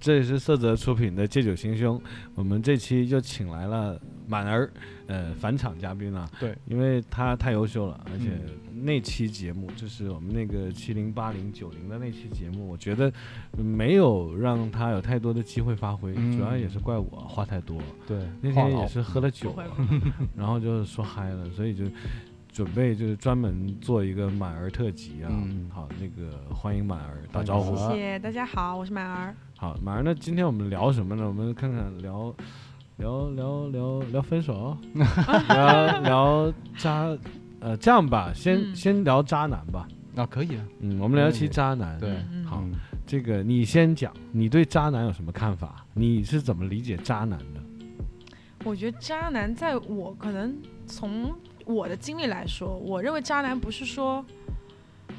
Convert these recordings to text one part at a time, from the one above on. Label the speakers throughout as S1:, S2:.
S1: 这里是色泽出品的《借酒行凶》，我们这期就请来了满儿，呃，返场嘉宾啊。
S2: 对，
S1: 因为他太优秀了，而且那期节目、就是我们那个七零八零九零的那期节目，我觉得没有让他有太多的机会发挥，
S2: 嗯
S1: 主要也是怪我话太多。
S2: 对，
S1: 那
S2: 话
S1: 天也是喝了酒， 然后就说嗨了，所以就准备就是专门做一个满儿特辑啊。
S2: 嗯
S1: 好，那个欢迎满儿，打招呼。啊
S2: 欢迎满儿
S3: 嗯谢谢大家好，我是满儿。
S1: 好，马上那今天我们聊什么呢？我们看看聊聊聊聊聊分 手，聊聊渣，呃，这样吧，先、
S3: 嗯
S1: 先聊渣男吧。
S2: 啊，可以啊，
S1: 嗯，我们聊一期渣男。
S2: 对
S3: 嗯
S1: 好
S2: 嗯
S1: 这个你先讲，你对渣男有什么看法？你是怎么理解渣男的？
S3: 我觉得渣男在我可能从我的经历来说，我认为渣男不是说，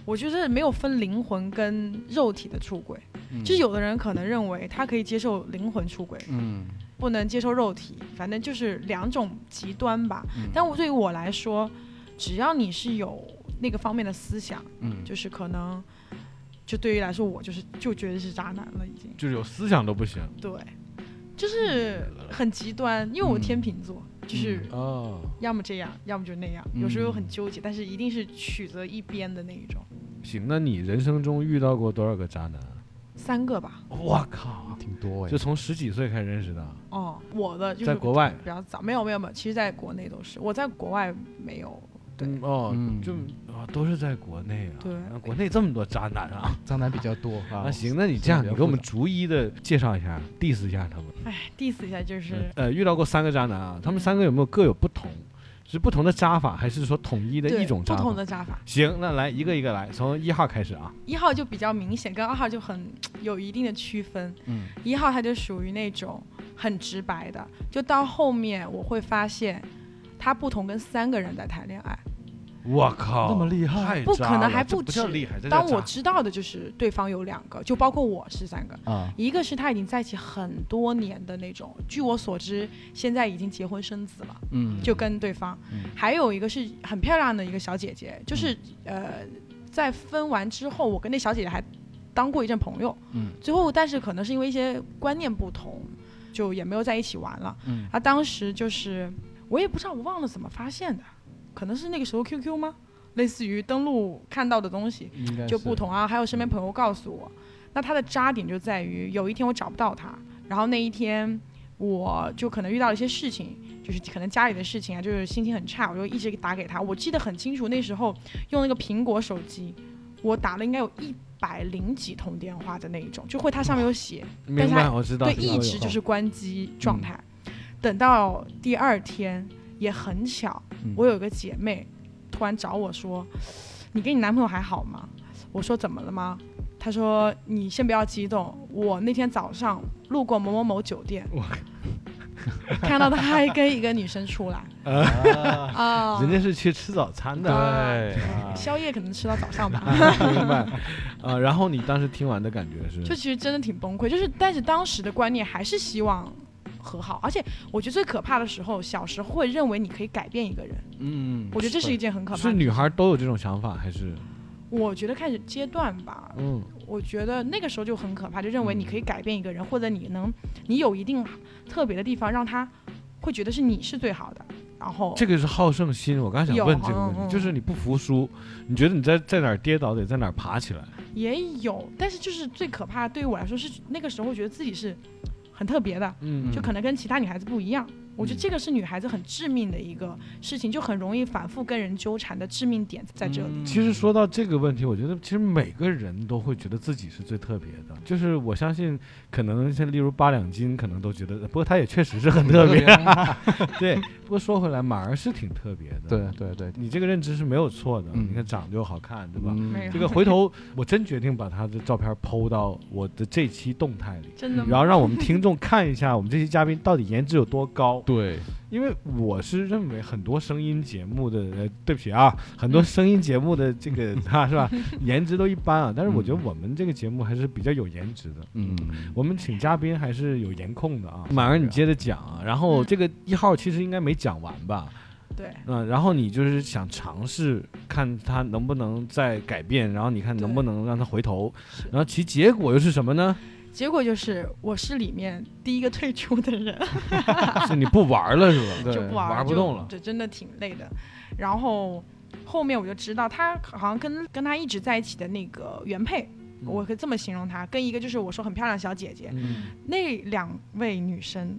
S3: 我觉得没有分灵魂跟肉体的出轨，
S2: 嗯
S3: 就是有的人可能认为他可以接受灵魂出轨，
S2: 嗯，
S3: 不能接受肉体，反正就是两种极端吧。
S2: 嗯
S3: 但我对于我来说，只要你是有那个方面的思想，
S2: 嗯
S3: 就是可能，就对于来说，我就是就觉得是渣男了已经。
S1: 就是有思想都不行
S3: 对，就是很极端，因为我
S2: 嗯
S3: 天秤座，就是
S1: 哦。
S3: 要么这样，要么就那样，有时候又
S1: 嗯
S3: 很纠结，但是一定是取择一边的那一种，
S1: 行，那你人生中遇到过多少个渣男啊？
S3: 三个吧。
S1: 我靠，
S2: 挺多哎，
S1: 就从十几岁开始认识的，
S3: 哦，我的就是
S1: 在国外。
S3: 比较早，没有没有没有，其实在国内都是，我在国外没有。对
S1: 嗯哦，
S2: 嗯
S1: 就啊，都是在国内啊。
S3: 对
S1: 那国内这么多渣男啊。
S2: 渣男比较多啊
S1: 啊，行，那你这样，
S2: 比较
S1: 你给我们
S2: 复
S1: 逐一的介绍一下，diss 一下他们。
S3: 哎，diss 一下就是，嗯
S1: 呃，遇到过三个渣男啊，他们三个有没有各有不同？是不同的渣法，还是说统一的
S3: 对
S1: 一种
S3: 不
S1: 渣
S3: 同
S1: 法？
S3: 的扎法。
S1: 行，那来一个一个来，从一号开始啊。
S3: 一号就比较明显，跟二号就很有一定的区分。
S2: 嗯
S3: 一号他就属于那种很直白的，就到后面我会发现，他不同跟三个人在谈恋爱。
S1: 我靠
S2: 那么厉害
S1: 太
S3: 不
S1: 渣
S3: 可能
S1: 了
S3: 还
S1: 这
S3: 不
S1: 不叫
S3: 止
S1: 厉害，这叫
S3: 当
S1: 渣
S3: 我知道的就是对方有两个，就包括我是三个，
S2: 啊，
S3: 一个是他已经在一起很多年的那种，据我所知，现在已经结婚生子了，
S2: 嗯
S3: 就跟对方；
S2: 嗯
S3: 还有一个是很漂亮的一个小姐姐，就是、呃，在分完之后，我跟那小姐姐还当过一阵朋友，
S2: 嗯
S3: 最后但是可能是因为一些观念不同，就也没有在一起玩了。
S2: 嗯
S3: 啊，当时就是我也不知道，我忘了怎么发现的，可能是那个时候 QQ 吗？类似于登录看到的东西，
S2: 应该
S3: 就是不同啊。还有身边朋友告诉我，那他的渣点就在于有一天我找不到他，然后那一天我就可能遇到了一些事情，就是可能家里的事情啊，就是心情很差，我就一直打给他。我记得很清楚，那时候用那个苹果手机，我打了应该有一百零几通电话的那一种，就会它上面有写，但
S1: 明
S3: 是
S1: 白，
S3: 还
S1: 我知道。
S3: 对，
S1: 知道
S3: 一直
S1: 有啊
S3: 就是关机状态。等到第二天，也很巧，
S2: 嗯
S3: 我有个姐妹突然找我说：“你跟你男朋友还好吗？”我说：“怎么了吗？”她说：“你先不要激动，我那天早上路过某某某酒店，看到他还跟一个女生出来
S2: 啊
S3: 啊，
S1: 人家是去吃早餐的，
S3: 对
S2: 嗯
S1: 啊
S3: 宵夜可能吃到早上吧。”
S1: 明白。啊，然后你当时听完的感觉？
S3: 就是其实真的挺崩溃，就是但是当时的观念还是希望和好，而且我觉得最可怕的时候，小时候会认为你可以改变一个人，
S2: 嗯，
S3: 我觉得这是一件很可怕的。
S1: 是女，孩都有这种想法，还是
S3: 我觉得开始阶段吧，
S1: 嗯？
S3: 我觉得那个时候就很可怕，就认为你可以改变一个
S1: 嗯
S3: 人，或者你能你有一定特别的地方，让他会觉得是你是最好的，然后
S1: 这个是好胜心，我刚想
S3: 有
S1: 问这个问
S3: 嗯
S1: 题，
S3: 嗯
S1: 就是你不服输，你觉得你在在哪儿跌倒得在哪儿爬起来，
S3: 也有，但是就是最可怕的对于我来说是那个时候觉得自己是很特别的，
S1: 嗯
S3: 就可能跟其他女孩子不一样。我觉得
S2: 嗯
S3: 这个是女孩子很致命的一个事情，就很容易反复跟人纠缠的致命点在这里。
S2: 嗯
S1: 其实说到这个问题，我觉得其实每个人都会觉得自己是最特别的，就是我相信，可能像例如八两金，可能都觉得，不过他也确实是很特别，
S2: 啊
S1: 对。不过说回来，马儿是挺特别的，
S2: 对，对对，
S1: 你这个认知是没有错的，
S2: 嗯
S1: 你看长得又好看，对吧？
S2: 嗯
S3: 没有
S1: 这个回头我真决定把他的照片剖到我的这期动态里，
S3: 真的
S1: 然
S3: 吗？
S1: 后让我们听众看一下我们这期嘉宾到底颜值有多高。
S2: 对，
S1: 因为我是认为很多声音节目的，呃，对不起 啊，很多声音节目的这个啊， 是吧，颜值都一般啊。但是我觉得我们这个节目还是比较有颜值的，
S2: 嗯，
S1: 我们请嘉宾还是有颜控的啊。马儿，你接着讲啊。然后
S3: 嗯
S1: 这个一号其实应该没讲完吧？
S3: 对
S1: 嗯，然后你就是想尝试看他能不能再改变，然后你看能不能让他回头
S3: 是，
S1: 然后其结果又是什么呢？
S3: 结果就是我是里面第一个退出的人，
S1: 是你不玩了是吧？
S2: 对
S3: 就不玩儿
S1: 玩不
S3: 就
S1: 动了
S3: 这真的挺累的。然后后面我就知道，他好像跟跟他一直在一起的那个原配，
S2: 嗯
S3: 我可以这么形容她，跟一个就是我说很漂亮的小姐姐，
S1: 嗯，
S3: 那两位女生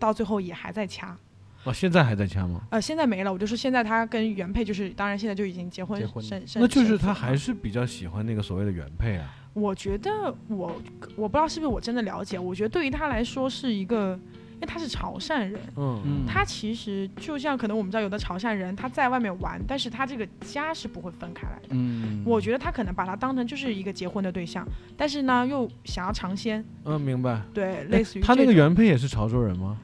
S3: 到最后也还在掐。
S1: 我哦现在还在掐吗？
S3: 呃，现在没了，我就说现在她跟原配就是，当然现在就已经结婚
S2: 结婚
S3: 生生，
S1: 那就是
S3: 生子
S1: 他
S3: 了
S1: 还是比较喜欢那个所谓的原配啊。
S3: 我觉得我我不知道是不是我真的了解，我觉得对于他来说是一个，因为他是潮汕人，
S1: 嗯
S2: 嗯
S3: 他其实就像可能我们知道有的潮汕人他在外面玩，但是他这个家是不会分开来的。
S2: 嗯，
S3: 我觉得他可能把他当成就是一个结婚的对象，但是呢又想要尝鲜，
S1: 嗯，明白。
S3: 对，
S1: 哎
S3: 类似于
S1: 他那
S3: 这
S1: 个
S3: 种
S1: 原配也是潮州人吗？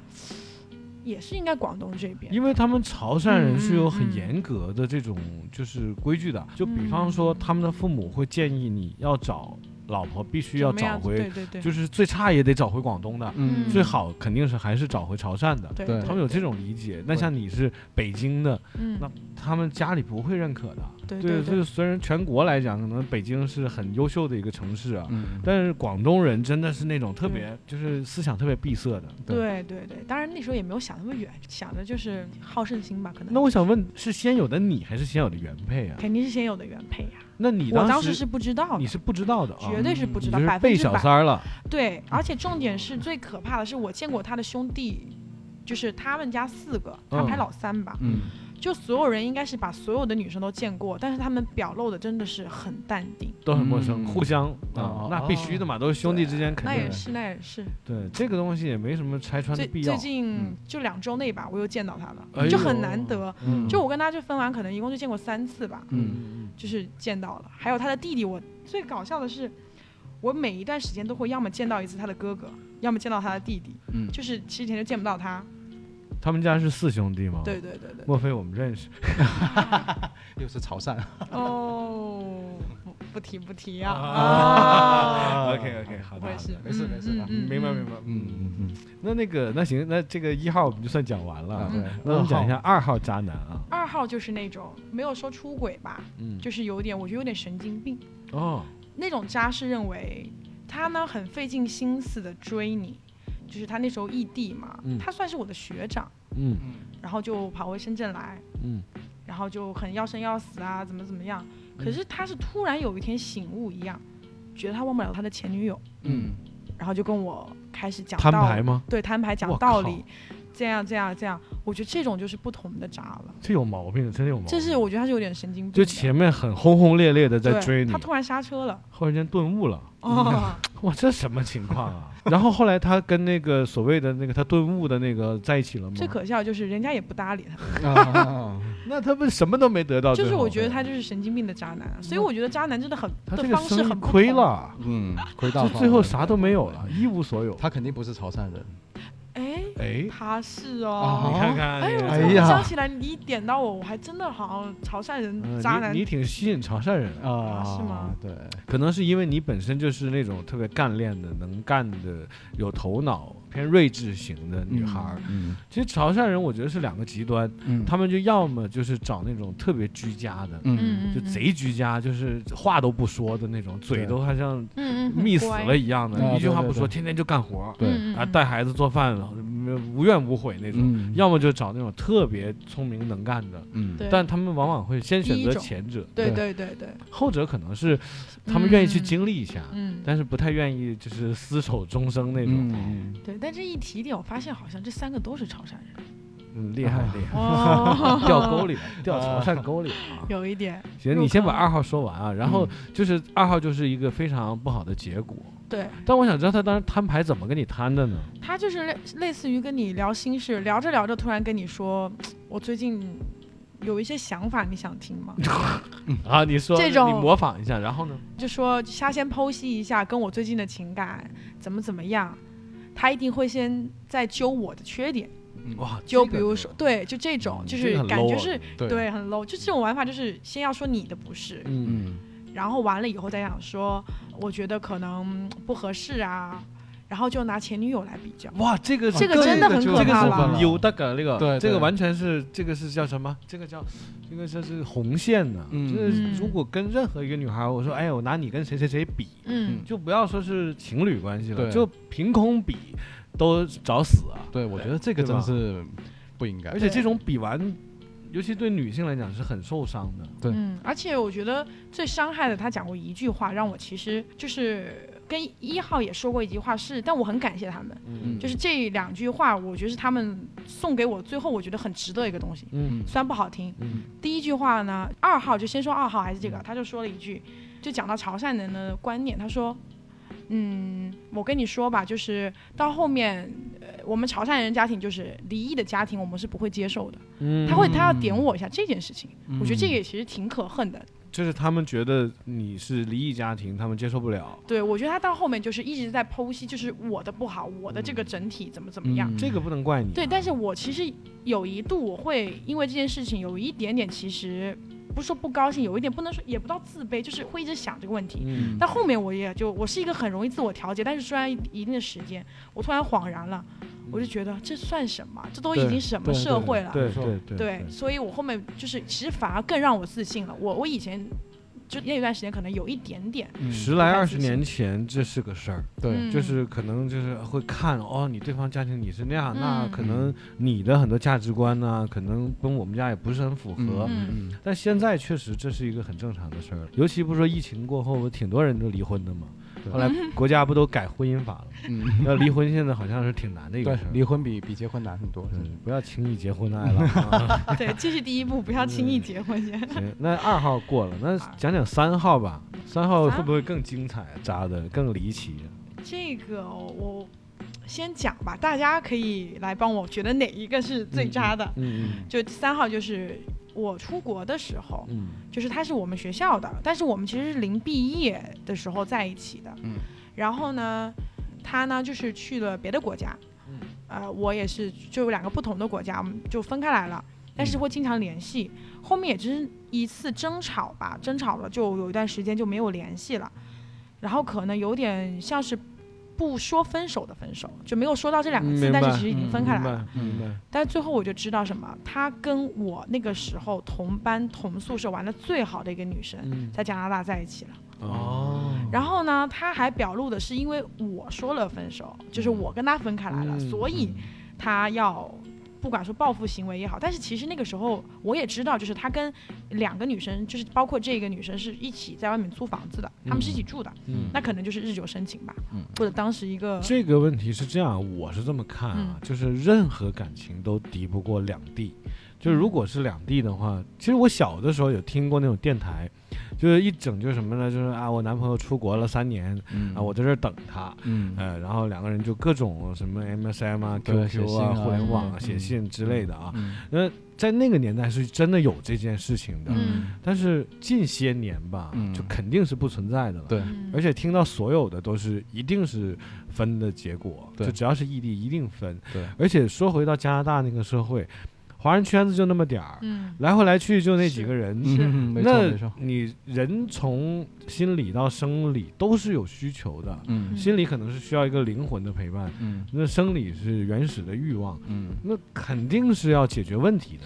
S3: 也是应该广东这边，
S1: 因为他们潮汕人是有
S3: 嗯
S1: 很
S3: 嗯
S1: 严格的这种就是规矩的，就比方说他们的父母会建议你要找老婆必须要
S3: 怎么
S1: 找
S3: 样子
S1: 回，
S3: 对对对，
S1: 就是最差也得找回广东的，
S2: 嗯
S1: 最好肯定是还是找回潮汕的。
S3: 对
S2: 对
S1: 他们有这种理解，那像你是北京的，
S3: 嗯
S1: 那他们家里不会认可的。
S3: 对
S1: 对，
S3: 对
S1: 就是虽然全国来讲，可能北京是很优秀的一个城市啊，
S2: 嗯，
S1: 但是广东人真的是那种特别，
S3: 嗯
S1: 就是思想特别闭塞的。
S3: 对对对，当然那时候也没有想那么远，想的就是好胜心吧，可能
S1: 那我想问，是先有的你还是先有的原配啊？
S3: 肯定是先有的原配呀、
S1: 那你
S3: 我当
S1: 时
S3: 时是不知道的，
S1: 你是不知道的啊，
S3: 绝对是不知
S1: 你
S3: 道，
S1: 就是
S3: 百分
S1: 被
S3: 之
S1: 小
S3: 百。
S1: 三儿了。
S3: 对，而且重点是最可怕的是，我见过他的兄弟，就是他们家四个，他
S1: 嗯
S3: 排老三吧，
S2: 嗯
S3: 就所有人应该是把所有的女生都见过，但是他们表露的真的是很淡定。
S1: 都很陌生，
S2: 嗯
S1: 互相啊
S2: 哦，
S1: 那必须的嘛，都是兄弟之间肯
S3: 啊那
S1: 定
S3: 也
S1: 的。
S3: 是，那也是。
S1: 对这个东西也没什么拆穿的
S3: 最
S1: 必
S3: 最
S1: 要。
S3: 近
S2: 嗯
S3: 就两周内吧，我又见到他了，
S1: 哎呦
S3: 就很难得。
S1: 嗯
S3: 就我跟他就分完，可能一共就见过三次吧，
S2: 嗯
S1: 嗯
S3: 就是见到了。还有他的弟弟，我最搞笑的是，我每一段时间都会要么见到一次他的哥哥，要么见到他的弟弟，
S2: 嗯，
S3: 就是之前就见不到他。
S1: 嗯，他们家是四兄弟吗？，
S3: 对对对对。
S1: 莫非我们认识？
S2: 又是潮汕
S3: 哦，不不提不提 啊！啊
S1: OK，OK，好的
S3: 我也是，
S2: 没事
S3: 嗯
S2: 没事的
S3: 嗯嗯
S1: 明白
S3: 嗯
S1: 明白。
S2: 嗯嗯
S1: 那那个那行，那这个一号我们就算讲完
S2: 嗯啊
S1: 了。
S2: 对，
S1: 那我们讲一下二号渣男啊。
S3: 二号就是那种没有说出轨吧，
S1: 嗯，
S3: 就是有点，我觉得有点神经病。
S1: 哦，
S3: 那种渣是认为他呢很费尽心思的追你，就是他那时候异地嘛，
S1: 嗯
S3: 他算是我的学长，
S1: 嗯
S2: 嗯
S3: 然后就跑回深圳来，
S1: 嗯
S3: 然后就很要生要死啊，怎么怎么样。
S1: 嗯
S3: 可是他是突然有一天醒悟一样，觉得他忘不了他的前女友，
S2: 嗯
S3: 然后就跟我开始讲
S1: 摊
S3: 道
S1: 牌
S3: 理
S1: 吗？
S3: 对，摊牌讲
S1: 我
S3: 道
S1: 靠
S3: 理，这样这样这样，我觉得这种就是不同的渣了。
S1: 这有毛病，真的有毛病。
S3: 这是我觉得他是有点神经病的，
S1: 就前面很轰轰烈烈的在
S3: 对
S1: 追你
S3: 他，突然刹车了，
S1: 忽然间顿悟了。
S3: 哦，
S1: 哇，这什么情况 啊？然后后来他跟那个所谓的那个他顿悟的那个在一起了吗？
S3: 最可笑的就是人家也不搭理 他，
S2: 啊，
S1: 那他不是什么都没得到最
S3: 就
S1: 后？
S3: 是我觉得他就是神经病的渣男啊，所以我觉得渣男真的很
S1: 嗯他
S3: 的
S1: 这个
S3: 方式
S1: 生意
S3: 很不
S1: 亏
S3: 同。
S1: 了，
S2: 嗯，回到
S1: 就最后啥都没有了，一无所有。
S2: 他肯定不是潮汕人，
S3: 哎，
S1: 哎，
S3: 他是
S1: 你
S3: 哦
S2: 啊，
S1: 看看，
S3: 哎，我
S2: 哎
S3: 真的
S2: 呀
S3: 想起来你一点到我，我还真的好像潮汕人
S1: 嗯
S3: 渣男
S1: 你你挺吸引潮汕人的，
S2: 啊，
S3: 是吗？
S2: 对，
S1: 可能是因为你本身就是那种特别干练的、能干的、有头脑、偏睿智型的女孩儿。
S2: 嗯
S1: 其实潮汕人我觉得是两个极端，
S2: 嗯
S1: 他们就要么就是找那种特别居家的，
S2: 嗯
S1: 就贼居家，就是话都不说的那种，嘴
S2: 对
S1: 都好像
S3: 嗯嗯，很
S1: 密死
S3: 乖
S1: 了，一样的，
S2: 啊
S1: 一句话
S2: 对对
S1: 不说，
S2: 对
S1: 天天就干活儿，
S2: 对
S3: 嗯
S1: 啊，带孩子做饭，没有无怨无悔那种。
S2: 嗯
S1: 要么就找那种特别聪明能干的，
S2: 嗯
S3: 对
S1: 但他们往往会先选
S3: 第一
S1: 择
S3: 种
S1: 前者，
S3: 对对对对，
S1: 后者可能是他们愿意去
S3: 嗯
S1: 经历一下，
S3: 嗯，
S1: 但是不太愿意就是厮守终生那种。
S2: 嗯
S3: 对，但这一提点，我发现好像这三个都是潮汕人，
S1: 嗯，厉害 厉害，
S3: 哦
S1: 掉沟里了，掉潮汕沟里了啊！
S3: 有一点，
S1: 行，
S3: 入
S1: 你先把
S3: 坑
S1: 二号说完啊，然后就是二号就是一个非常不好的结果。
S3: 对
S1: 但我想知道他当时摊牌怎么跟你摊的呢？
S3: 他就是类类似于跟你聊心事，聊着聊着突然跟你说，我最近有一些想法，你想听 吗？
S1: 啊，你说
S3: 这种
S1: 你模仿一下，然后呢？
S3: 就说他先剖析一下跟我最近的情感怎么怎么样，他一定会先在揪我的缺点，
S2: 嗯，
S1: 哇，
S3: 就
S1: 这
S3: 比
S1: 个
S3: 如
S1: 就
S3: 说对，就这种，
S1: 嗯
S3: 就
S1: 这
S3: 是
S1: 个很
S3: 感
S1: low
S3: 觉
S1: 啊
S3: 是。
S2: 对，
S3: 对，很 low，就这种玩法，就是先要说你的不是，
S1: 嗯，
S2: 嗯
S3: 然后完了以后再想说，我觉得可能不合适啊，然后就拿前女友来比较。
S1: 哇，这个
S3: 这个
S1: 更
S3: 真的很
S1: 这
S3: 可
S1: 个
S3: 怕了
S1: 是有的个那个，
S2: 对对
S1: 这个完全是这个是叫什么？这个叫这个叫是红线呢、
S2: 嗯
S1: 就是如果跟任何一个女孩，我说哎，我拿你跟谁谁谁比，
S3: 嗯，
S1: 就不要说是情侣关系了，
S2: 对
S1: 就凭空比都找死啊！
S2: 对，我觉得这个
S1: 对吧
S2: 真是不应该
S1: 而。且这种比完，尤其对女性来讲是很受伤的。
S2: 对
S3: 嗯，而且我觉得最伤害的，他讲过一句话，让我其实就是跟一号也说过一句话是，但我很感谢他们，
S1: 嗯
S3: 就是这两句话，我觉得是他们送给我最后我觉得很值得一个东西，
S1: 嗯
S3: 虽然不好听。
S1: 嗯
S3: 第一句话呢，二号就先说二号还是这个，他就说了一句，就讲到潮汕人的观念，他说。嗯，我跟你说吧，就是到后面，呃，我们潮汕人家庭就是离异的家庭，我们是不会接受的。
S1: 嗯
S3: 他会，他要点我一下这件事情，我觉得这
S2: 嗯
S3: 个也其实挺可恨的。
S1: 就是他们觉得你是离异家庭，他们接受不了。
S3: 对我觉得他到后面就是一直在剖析，就是我的不好，我的这个整体怎么怎么样。
S2: 嗯
S1: 这个不能怪你啊、
S3: 对，但是我其实有一度我会因为这件事情有一点点，其实不是说不高兴，有一点不能说也不到自卑，就是会一直想这个问题。
S1: 嗯，
S3: 但后面我也就我是一个很容易自我调节，但是虽然一定的时间，我突然恍然了，我就觉得这算什么？这都已经什么
S2: 对
S3: 社会了？
S1: 对
S2: 没错
S1: 对对
S3: 对，所以我后面就是其实反而更让我自信了。我我以前就那一段时间可能有一点点，
S2: 嗯
S1: 十来
S3: 不太
S1: 二
S3: 自
S1: 十
S3: 信
S1: 年前，这是个事儿，
S2: 对，
S3: 嗯
S1: 就是可能就是会看哦，你对方家庭你是那样，那
S3: 嗯
S1: 可能你的很多价值观呢、可能跟我们家也不是很符合。
S2: 嗯
S1: 但现在确实这是一个很正常的事儿了，尤其不是说疫情过后，挺多人都离婚的嘛。
S2: 对
S3: 嗯
S1: 后来国家不都改婚姻法了吗？
S2: 嗯 嗯，
S1: 要离婚现在好像是挺难的一个
S2: 对
S1: 事，儿。
S2: 离婚比比结婚难很多，真是
S1: 嗯不要轻易结婚爱了 啊。
S3: 对，这是第一步，不要轻易结婚先。
S1: 行，那二号过了，那讲 讲三号吧。三号会不会更精彩、扎的更离奇？
S3: 这个我先讲吧，大家可以来帮我觉得哪一个是最渣的。
S1: 嗯
S3: 就第三号就是我出国的时候，
S1: 嗯
S3: 就是他是我们学校的，但是我们其实是临毕业的时候在一起的。
S2: 嗯。
S3: 然后呢，他呢就是去了别的国家，
S1: 嗯
S3: 呃，我也是，就两个不同的国家，我们就分开来了。但是会经常联系，后面也只是一次争吵吧，争吵了就有一段时间就没有联系了，然后可能有点像是不说分手的分手，就没有说到这两个
S1: 嗯
S3: 字，
S1: 明
S3: 但是
S1: 白
S3: 其实已经
S2: 嗯
S3: 分开来
S1: 明
S3: 了。
S1: 白明白。
S3: 但最后我就知道什么，她跟我那个时候同班同宿舍玩的最好的一个女生，
S1: 嗯
S3: 在加拿大在一起了。
S1: 哦，
S3: 然后呢，她还表露的是，因为我说了分手，就是我跟她分开来了，
S1: 嗯
S3: 所以她要。不管说报复行为也好，但是其实那个时候我也知道，就是她跟两个女生，就是包括这个女生是一起在外面租房子的，他们是一起住的，
S1: 嗯，
S3: 那可能就是日久生情吧，
S2: 嗯
S3: 或者当时一个
S1: 这个问题是这样，我是这么看啊，
S3: 嗯
S1: 就是任何感情都敌不过两地。就是如果是两地的话，其实我小的时候有听过那种电台，就是一整就是什么呢？就是啊，我男朋友出国了三年
S2: 嗯
S1: 啊，我在这儿等他，
S2: 嗯
S1: 呃，然后两个人就各种什么 MSM 啊、
S2: 对写
S1: QQ
S2: 信
S1: 啊、
S2: 啊
S1: 互联网啊、
S2: 嗯
S1: 写信之类的啊。
S2: 嗯
S1: 那在那个年代是真的有这件事情的，
S3: 嗯
S1: 但是近些年吧，
S2: 嗯
S1: 就肯定是不存在的了。
S2: 对
S3: 嗯
S1: 而且听到所有的都是一定是分的结果，
S2: 对
S1: 就只要是异地一定分。
S2: 对，
S1: 而且说回到加拿大那个社会，华人圈子就那么点儿，
S3: 嗯
S1: 来回来去就那
S3: 是
S1: 几个人。
S3: 是
S2: 嗯没错没
S1: 那
S2: 错，
S1: 你人从心理到生理都是有需求的，
S2: 嗯
S1: 心理可能是需要一个灵魂的陪伴，
S2: 嗯
S1: 那生理是原始的欲望，
S2: 嗯
S1: 那肯定是要解决问题的，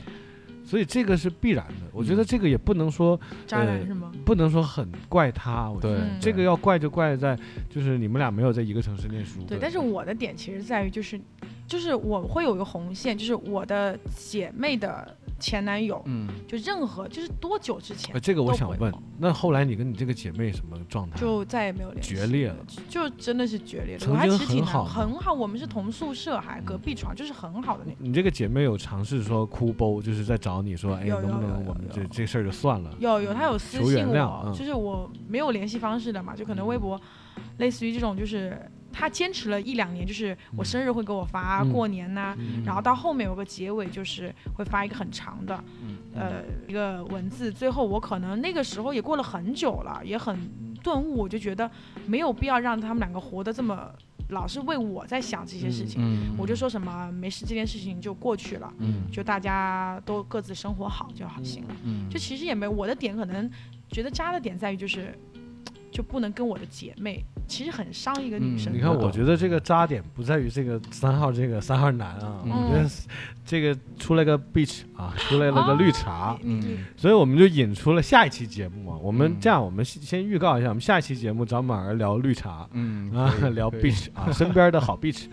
S1: 所以这个是必然的。我觉得
S3: 嗯
S1: 这个也不能说
S3: 渣男
S1: 呃
S3: 是吗？
S1: 不能说很怪他，我觉得
S2: 对
S3: 嗯，
S1: 这个
S2: 要
S1: 要怪就怪在就是你们俩没有在一个城市念书。
S3: 对，但是我的点其实在于就是，就是我会有一个红线，就是我的姐妹的前男友，
S2: 嗯
S3: 就任何就是多久之前
S1: 呃，这个我
S3: 都
S1: 想
S3: 不会
S1: 问
S3: 有，
S1: 那后来你跟你这个姐妹什么状态？
S3: 就再也没有联系，
S1: 决裂了，
S3: 就真的是决裂的。
S1: 曾
S3: 我还
S1: 经
S3: 其实挺
S1: 很
S3: 难，
S1: 好吗嗯
S3: 很好，我们是同宿舍，还隔壁床，就是很好的那种。
S1: 你这个姐妹有尝试说哭包，就是在找你说，哎，
S3: 有
S1: 能不
S3: 有有
S1: 能
S3: 有
S1: 我们这
S3: 有
S1: 这事儿就算了？
S3: 有有，他有私
S1: 求
S3: 信
S1: 原谅
S3: 我
S1: 嗯，
S3: 就是我没有联系方式的嘛，就可能微博，类似于这种，就是他坚持了一两年，就是我生日会给我发，
S1: 嗯
S3: 过年呐、
S1: 嗯
S3: 然后到后面有个结尾，就是会发一个很长的，
S1: 嗯
S3: 呃，一个文字。最后我可能那个时候也过了很久了，也很顿悟，我就觉得没有必要让他们两个活得这么老是为我在想这些事情。
S2: 嗯
S3: 我就说什么没事，这件事情就过去了，
S2: 嗯
S3: 就大家都各自生活好就好行了。
S2: 嗯
S3: 就其实也没我的点，可能觉得渣的点在于就是，就不能跟我的姐妹其实很伤一个女
S2: 嗯
S3: 生的。
S1: 你看，
S2: 我
S1: 我
S2: 懂
S1: 觉得这个扎点不在于这个三号这个三号男啊，
S2: 嗯哦
S1: 我觉得是这个出来个 beach 啊，出来了个绿茶，
S3: 你你
S2: 嗯
S1: 所以我们就引出了下一期节目啊。我们
S2: 嗯
S1: 这样，我们先先预告一下，我们下一期节目找马儿聊绿茶。
S2: 嗯
S1: 啊
S2: 可，以
S1: 聊
S2: 可以
S1: beach 啊，身边的好 beach，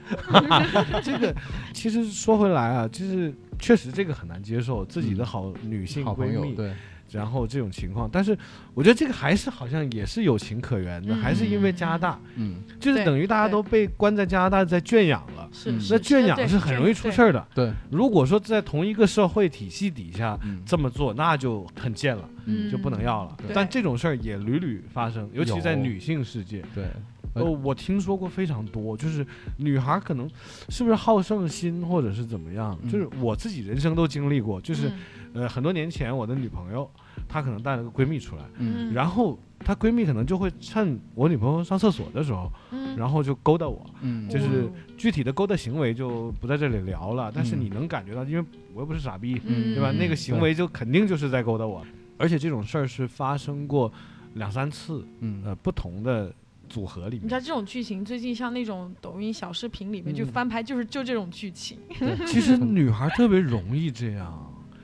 S1: 这个其实说回来啊，就是确实这个很难接受自己的好女性
S2: 嗯好朋
S1: 闺
S2: 友
S1: 蜜，
S2: 对，
S1: 然后这种情况，但是我觉得这个还是好像也是有情可原的，
S3: 嗯
S1: 还是因为加拿大，
S2: 嗯
S1: 就是
S3: 对
S1: 等于大家都被关在加拿大在圈养了，
S3: 是
S2: 嗯
S3: 是
S1: 那
S3: 是
S1: 圈
S3: 对
S1: 养是很容易出事儿的。
S2: 对，
S1: 如果说在同一个社会体系底下
S2: 嗯
S1: 这么做，那就很贱了，
S3: 嗯
S1: 就不能要了
S3: 对。
S1: 但这种事儿也屡屡发生，尤其在女性世界。
S2: 嗯对，
S1: 呃，我听说过非常多，就是女孩可能是不是好胜心，或者是怎么样，
S2: 嗯
S1: 就是我自己人生都经历过，就是
S3: 嗯
S1: 呃很多年前我的女朋友，她可能带了个闺蜜出来，
S2: 嗯
S1: 然后她闺蜜可能就会趁我女朋友上厕所的时候，
S3: 嗯
S1: 然后就勾搭我，
S2: 嗯
S1: 就
S3: 哦
S1: 是具体的勾搭行为就不在这里聊了，但是
S2: 嗯
S1: 你能感觉到，因为我又不是傻逼，
S3: 嗯
S1: 对吧？
S2: 嗯
S1: 那个行为就肯定就是在勾搭我，而且这种事儿是发生过两三次，
S2: 嗯
S1: 呃，不同的组合里
S3: 你知道
S1: 面。
S3: 这种剧情最近像那种抖音小视频里面就
S1: 嗯
S3: 翻拍，就是就这种剧情。
S1: 其实女孩特别容易这样，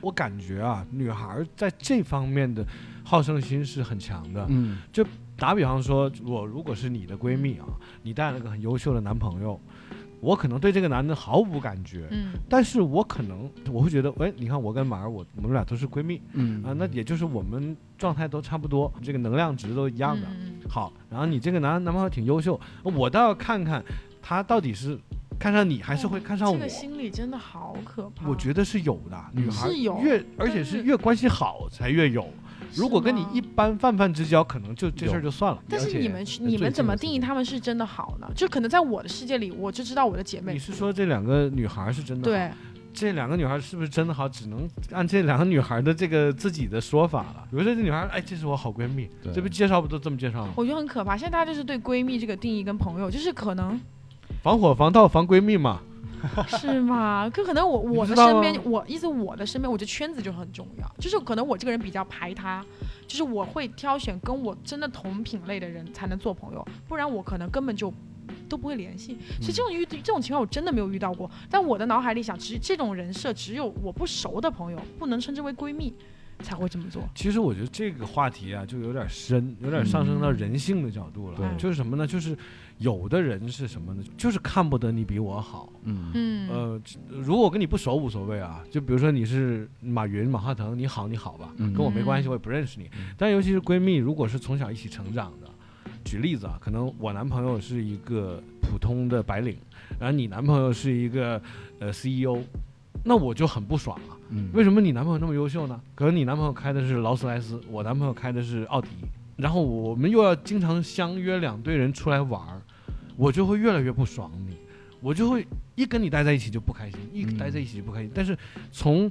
S1: 我感觉啊，女孩在这方面的好胜心是很强的。
S2: 嗯
S1: 打比方说，我如果是你的闺蜜啊，你带了个很优秀的男朋友，我可能对这个男的毫无感觉，
S3: 嗯
S1: 但是我可能我会觉得，哎喂，你看我跟马儿，我我们俩都是闺蜜
S2: 嗯
S1: 啊，那也就是我们状态都差不多，这个能量值都一样的。
S3: 嗯
S1: 好，然后你这个男男朋友挺优秀，我倒要看看他到底是看上你还是会看上
S3: 嗯这
S1: 我。
S3: 个心理真的好可怕。
S1: 我觉得是有的，女孩
S3: 是有
S1: 越而且是
S3: 但是
S1: 越关系好才越有。如果跟你
S3: 是吗
S1: 一般泛泛之交，可能就这事儿
S2: 有
S1: 就算了。
S3: 但
S2: 了
S3: 是
S2: 解
S3: 你们去
S2: 呃
S3: 你
S2: 最
S3: 们怎
S2: 近
S3: 么
S2: 的
S3: 定
S2: 事
S3: 义
S2: 情
S3: 他们是真的好呢？就可能在我的世界里，我就知道我的姐妹
S1: 你是说这两个女孩是真的好？
S3: 对，
S1: 这两个女孩是不是真的好？只能按这两个女孩的这个自己的说法了。比如说这女孩，哎，这是我好闺蜜，
S2: 对
S1: 这不介绍不都这么介绍吗？
S3: 我觉得很可怕。现在大家就是对闺蜜这个定义跟朋友，就是可能
S1: 防火、防盗、防闺蜜嘛。
S3: 是 吗？可可能我我
S1: 知
S3: 的
S1: 道
S3: 身
S1: 吗
S3: 边，我意思我的身边，我觉得圈子就很重要。就是可能我这个人比较排他，就是我会挑选跟我真的同品类的人才能做朋友，不然我可能根本就都不会联系。所以这种遇这种情况我真的没有遇到过。但我的脑海里想，只这种人设只有我不熟的朋友，不能称之为闺蜜，才会这么做。
S1: 其实我觉得这个话题啊，就有点深，有点上升到人性的角度了。
S2: 嗯对
S1: 就是什么呢？就是有的人是什么呢？就是看不得你比我好。
S2: 嗯
S3: 嗯
S1: 呃，如果我跟你不熟无所谓啊，就比如说你是马云、马化腾，你好你好吧，
S2: 嗯
S1: 跟我没关系，我也不认识你。
S2: 嗯
S1: 但尤其是闺蜜，如果是从小一起成长的，举例子啊，可能我男朋友是一个普通的白领，然后你男朋友是一个呃 CEO，那我就很不爽啊。
S2: 嗯
S1: 为什么你男朋友那么优秀呢？可能你男朋友开的是劳斯莱斯，我男朋友开的是奥迪，然后我们又要经常相约两队人出来玩儿，我就会越来越不爽你，我就会一跟你待在一起就不开心，一
S2: 嗯
S1: 待在一起就不开心。但是从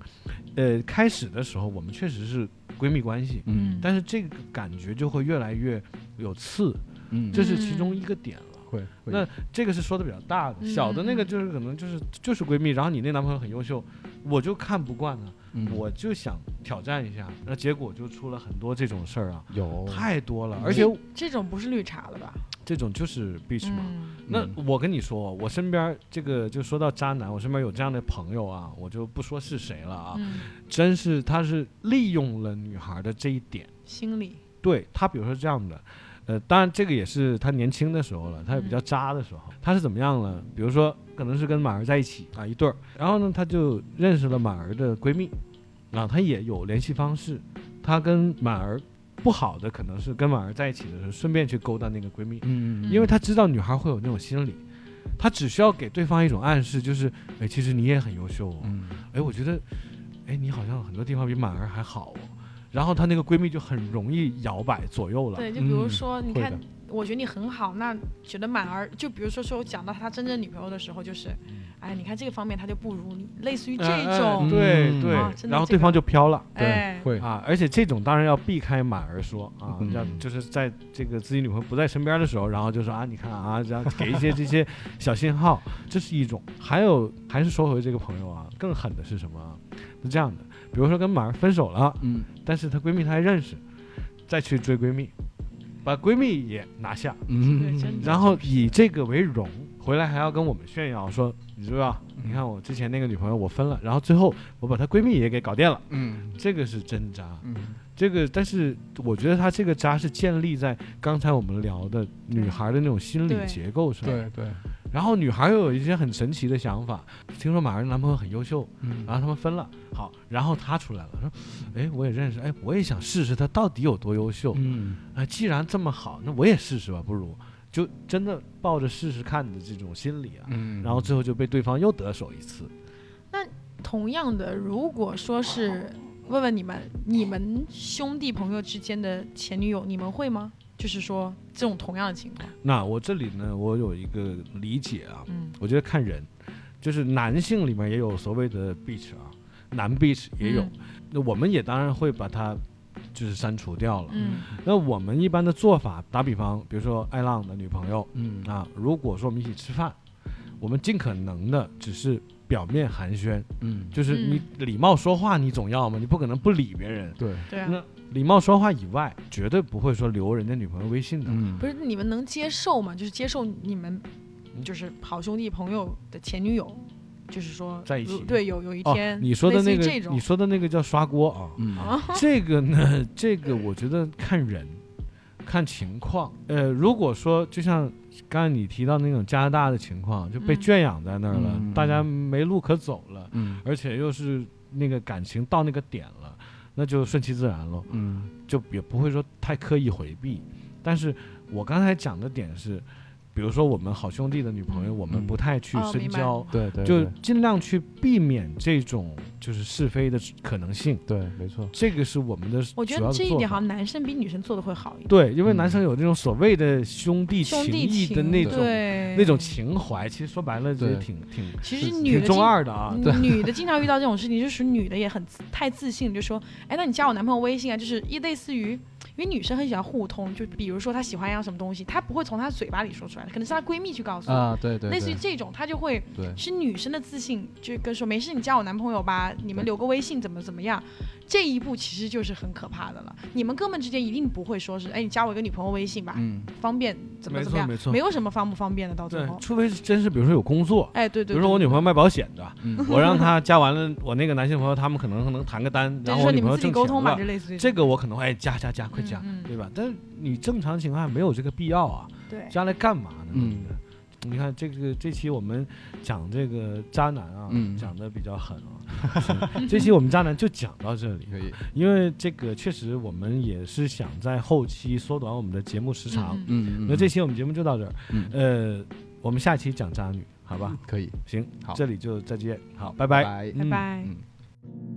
S1: 呃开始的时候，我们确实是闺蜜关系，
S2: 嗯
S1: 但是这个感觉就会越来越有刺，
S2: 嗯
S1: 这是其中一个点了。
S2: 会会
S1: 那这个是说的比较大的，
S3: 嗯
S1: 小的那个就是可能就是就是闺蜜，然后你那男朋友很优秀，我就看不惯啊。
S2: 嗯
S1: 我就想挑战一下，那结果就出了很多这种事儿啊，
S2: 有
S1: 太多了，
S2: 嗯
S1: 而且
S3: 这种不是绿茶了吧？
S1: 这种就是 bitch 嘛。
S3: 嗯
S1: 那
S2: 嗯
S1: 我跟你说，我身边儿这个就说到渣男，我身边有这样的朋友啊，我就不说是谁了啊，
S3: 嗯，
S1: 真是他是利用了女孩的这一点，
S3: 心理
S1: 对他，比如说这样的。呃，当然，这个也是他年轻的时候了，他也比较渣的时候。他是怎么样呢？比如说，可能是跟马儿在一起啊，一对儿，然后呢，他就认识了马儿的闺蜜，啊，他也有联系方式。他跟马儿不好的可能是跟马儿在一起的时候，顺便去勾搭那个闺蜜，
S2: 嗯
S1: 因为他知道女孩会有那种心理，他只需要给对方一种暗示，就是，哎，其实你也很优秀哦，
S2: 嗯
S1: 哎，我觉得，哎，你好像很多地方比满儿还好哦。然后她那个闺蜜就很容易摇摆左右了。
S3: 对，就比如
S2: 嗯
S3: 说，你
S2: 会
S3: 看
S2: 的，
S3: 我觉得你很好，那觉得满儿，就比如说说讲到他真正女朋友的时候，就是，哎，你看这个方面他就不如你，类似于这
S1: 哎哎
S3: 种，
S1: 对
S2: 嗯
S1: 对
S3: 啊，真的
S1: 然后
S3: 这
S1: 对方
S3: 个
S1: 就飘了。
S3: 哎
S2: 对，会
S1: 啊，而且这种当然要避开满儿说啊，
S2: 嗯
S1: 要就是在这个自己女朋友不在身边的时候，然后就说啊，你看啊，然后给一些这些小信号，这是一种。还有还是说回这个朋友啊，更狠的是什么啊？是这样的，比如说跟满儿分手了，
S2: 嗯
S1: 但是她闺蜜她还认识，再去追闺蜜，把闺蜜也拿下，
S2: 嗯
S3: 是真的
S1: 然后以这个为荣，回来还要跟我们炫耀说，你知道吧？
S2: 嗯
S1: 你看我之前那个女朋友我分了，然后最后我把她闺蜜也给搞定了，
S2: 嗯
S1: 这个是真渣。
S2: 嗯
S1: 这个，但是我觉得她这个渣是建立在刚才我们聊的女孩的那种心理
S3: 对
S1: 结构上。。
S2: 对对
S1: 然后女孩又有一些很神奇的想法，听说马儿男朋友很优秀，
S2: 嗯
S1: 然后他们分了，好，然后她出来了，说，哎，我也认识，哎，我也想试试他到底有多优秀。
S2: 嗯
S1: 啊，既然这么好，那我也试试吧，不如就真的抱着试试看的这种心理啊，
S2: 嗯
S1: 然后最后就被对方又得手一次。
S3: 同样的，如果说是问问你们，你们兄弟朋友之间的前女友，你们会吗？就是说这种同样的情况，
S1: 那我这里呢，我有一个理解啊，
S3: 嗯，
S1: 我觉得看人，就是男性里面也有所谓的 bitch 啊，男 bitch 也
S3: 嗯
S1: 有，那我们也当然会把它就是删除掉了。
S3: 嗯，
S1: 那我们一般的做法，打比方，比如说艾浪的女朋友，
S2: 嗯
S1: 啊，如果说我们一起吃饭，我们尽可能的只是表面寒暄，
S2: 嗯
S1: 就是你礼貌说话，你总要嘛，你不可能不理别人。
S2: 对
S3: 对啊，
S1: 那礼貌说话以外，绝对不会说留人家女朋友微信的。
S2: 嗯
S3: 不是你们能接受吗？就是接受你们
S1: 嗯
S3: 就是好兄弟朋友的前女友，就是说
S1: 在一起
S3: 如对，有有一
S1: 哦
S3: 天、，
S1: 你说的那
S3: 类似于这
S1: 个，
S3: 种哦
S1: 你说的那个叫刷锅啊。
S2: 嗯
S1: 这个呢，这个我觉得看人，看情况。呃，如果说就像刚才你提到那种加拿大的情况，就被
S3: 嗯
S1: 圈养在那儿了，
S2: 嗯
S1: 大家没路可走了，
S2: 嗯
S1: 而且又是那个感情到那个点了，那就顺其自然喽。
S2: 嗯
S1: 就也不会说太刻意回避。但是我刚才讲的点是，比如说我们好兄弟的女朋友，
S3: 嗯
S1: 我们不太去
S3: 哦
S1: 深
S3: 明白
S1: 交，
S2: 对对
S1: 就尽量去避免这种就是是非的可能性。
S2: 对没错
S1: 这个是我们的主要的
S3: 我觉得这一
S1: 做
S3: 点
S1: 法
S3: 好像男生比女生做的会好一点，
S1: 对，因为
S2: 嗯
S1: 男生有那种所谓的兄弟情
S3: 兄弟
S1: 谊
S3: 情
S1: 的那种
S3: 对
S1: 那种情怀，其实说白了也
S2: 对
S1: 挺挺
S3: 其实
S1: 挺
S3: 女的嗯
S1: 中
S3: 经
S1: 二的啊。
S2: 对
S3: 女的经常遇到这种事情，就是女的也很自太自信，就说，哎，那你加我男朋友微信啊，就是一类似于，因为女生很喜欢互通，就比如说她喜欢一样什么东西，她不会从她嘴巴里说出来，可能是她闺蜜去告诉她，
S2: 啊对对
S3: 类似于这种，她就会
S2: 对
S3: 是女生的自信，就跟说没事，你加我男朋友吧，你们留个微信怎么怎么样，这一步其实就是很可怕的了。你们哥们之间一定不会说是，哎，你加我一个女朋友微信吧，
S2: 嗯
S3: 方便怎么
S1: 没
S3: 怎么
S1: 错
S3: 样，
S1: 没错
S3: 有什么方不方便的，到最
S1: 对
S3: 后，，
S1: 除非是真是比如说有工作，
S3: 哎，对
S1: 比
S3: 对，
S1: 如说我
S3: 对
S1: 女朋友卖保险的，
S2: 嗯
S1: 我让他加完了，我那个男性朋友他们可能能谈个单，
S3: 对
S1: 然
S3: 就
S1: 后
S3: 是
S1: 我
S3: 说
S1: 女
S3: 你
S1: 朋
S3: 们
S1: 友
S3: 自己
S1: 挣
S3: 沟通
S1: 钱
S3: 吧，
S1: 了
S3: 这，类似于
S1: 这个我可能会哎加加加，快加，
S3: 嗯嗯
S1: 对吧？但是你正常情况下没有这个必要啊，
S3: 对，
S1: 加来干嘛呢？
S2: 嗯
S1: 对不对你看这个这期我们讲这个渣男啊，
S2: 嗯
S1: 讲的比较狠啊，行这期我们渣男就讲到这 里，
S2: 可以
S1: 因为这个确实我们也是想在后期缩短我们的节目时长。
S3: 嗯嗯
S2: 嗯
S1: 那这期我们节目就到这儿，
S2: 嗯
S1: 呃，我们下期讲渣女，好吧？
S2: 可以
S1: 行，
S2: 好
S1: 这里就再见，好，拜
S2: 拜
S1: 拜。
S2: 拜
S3: 拜拜。
S2: 嗯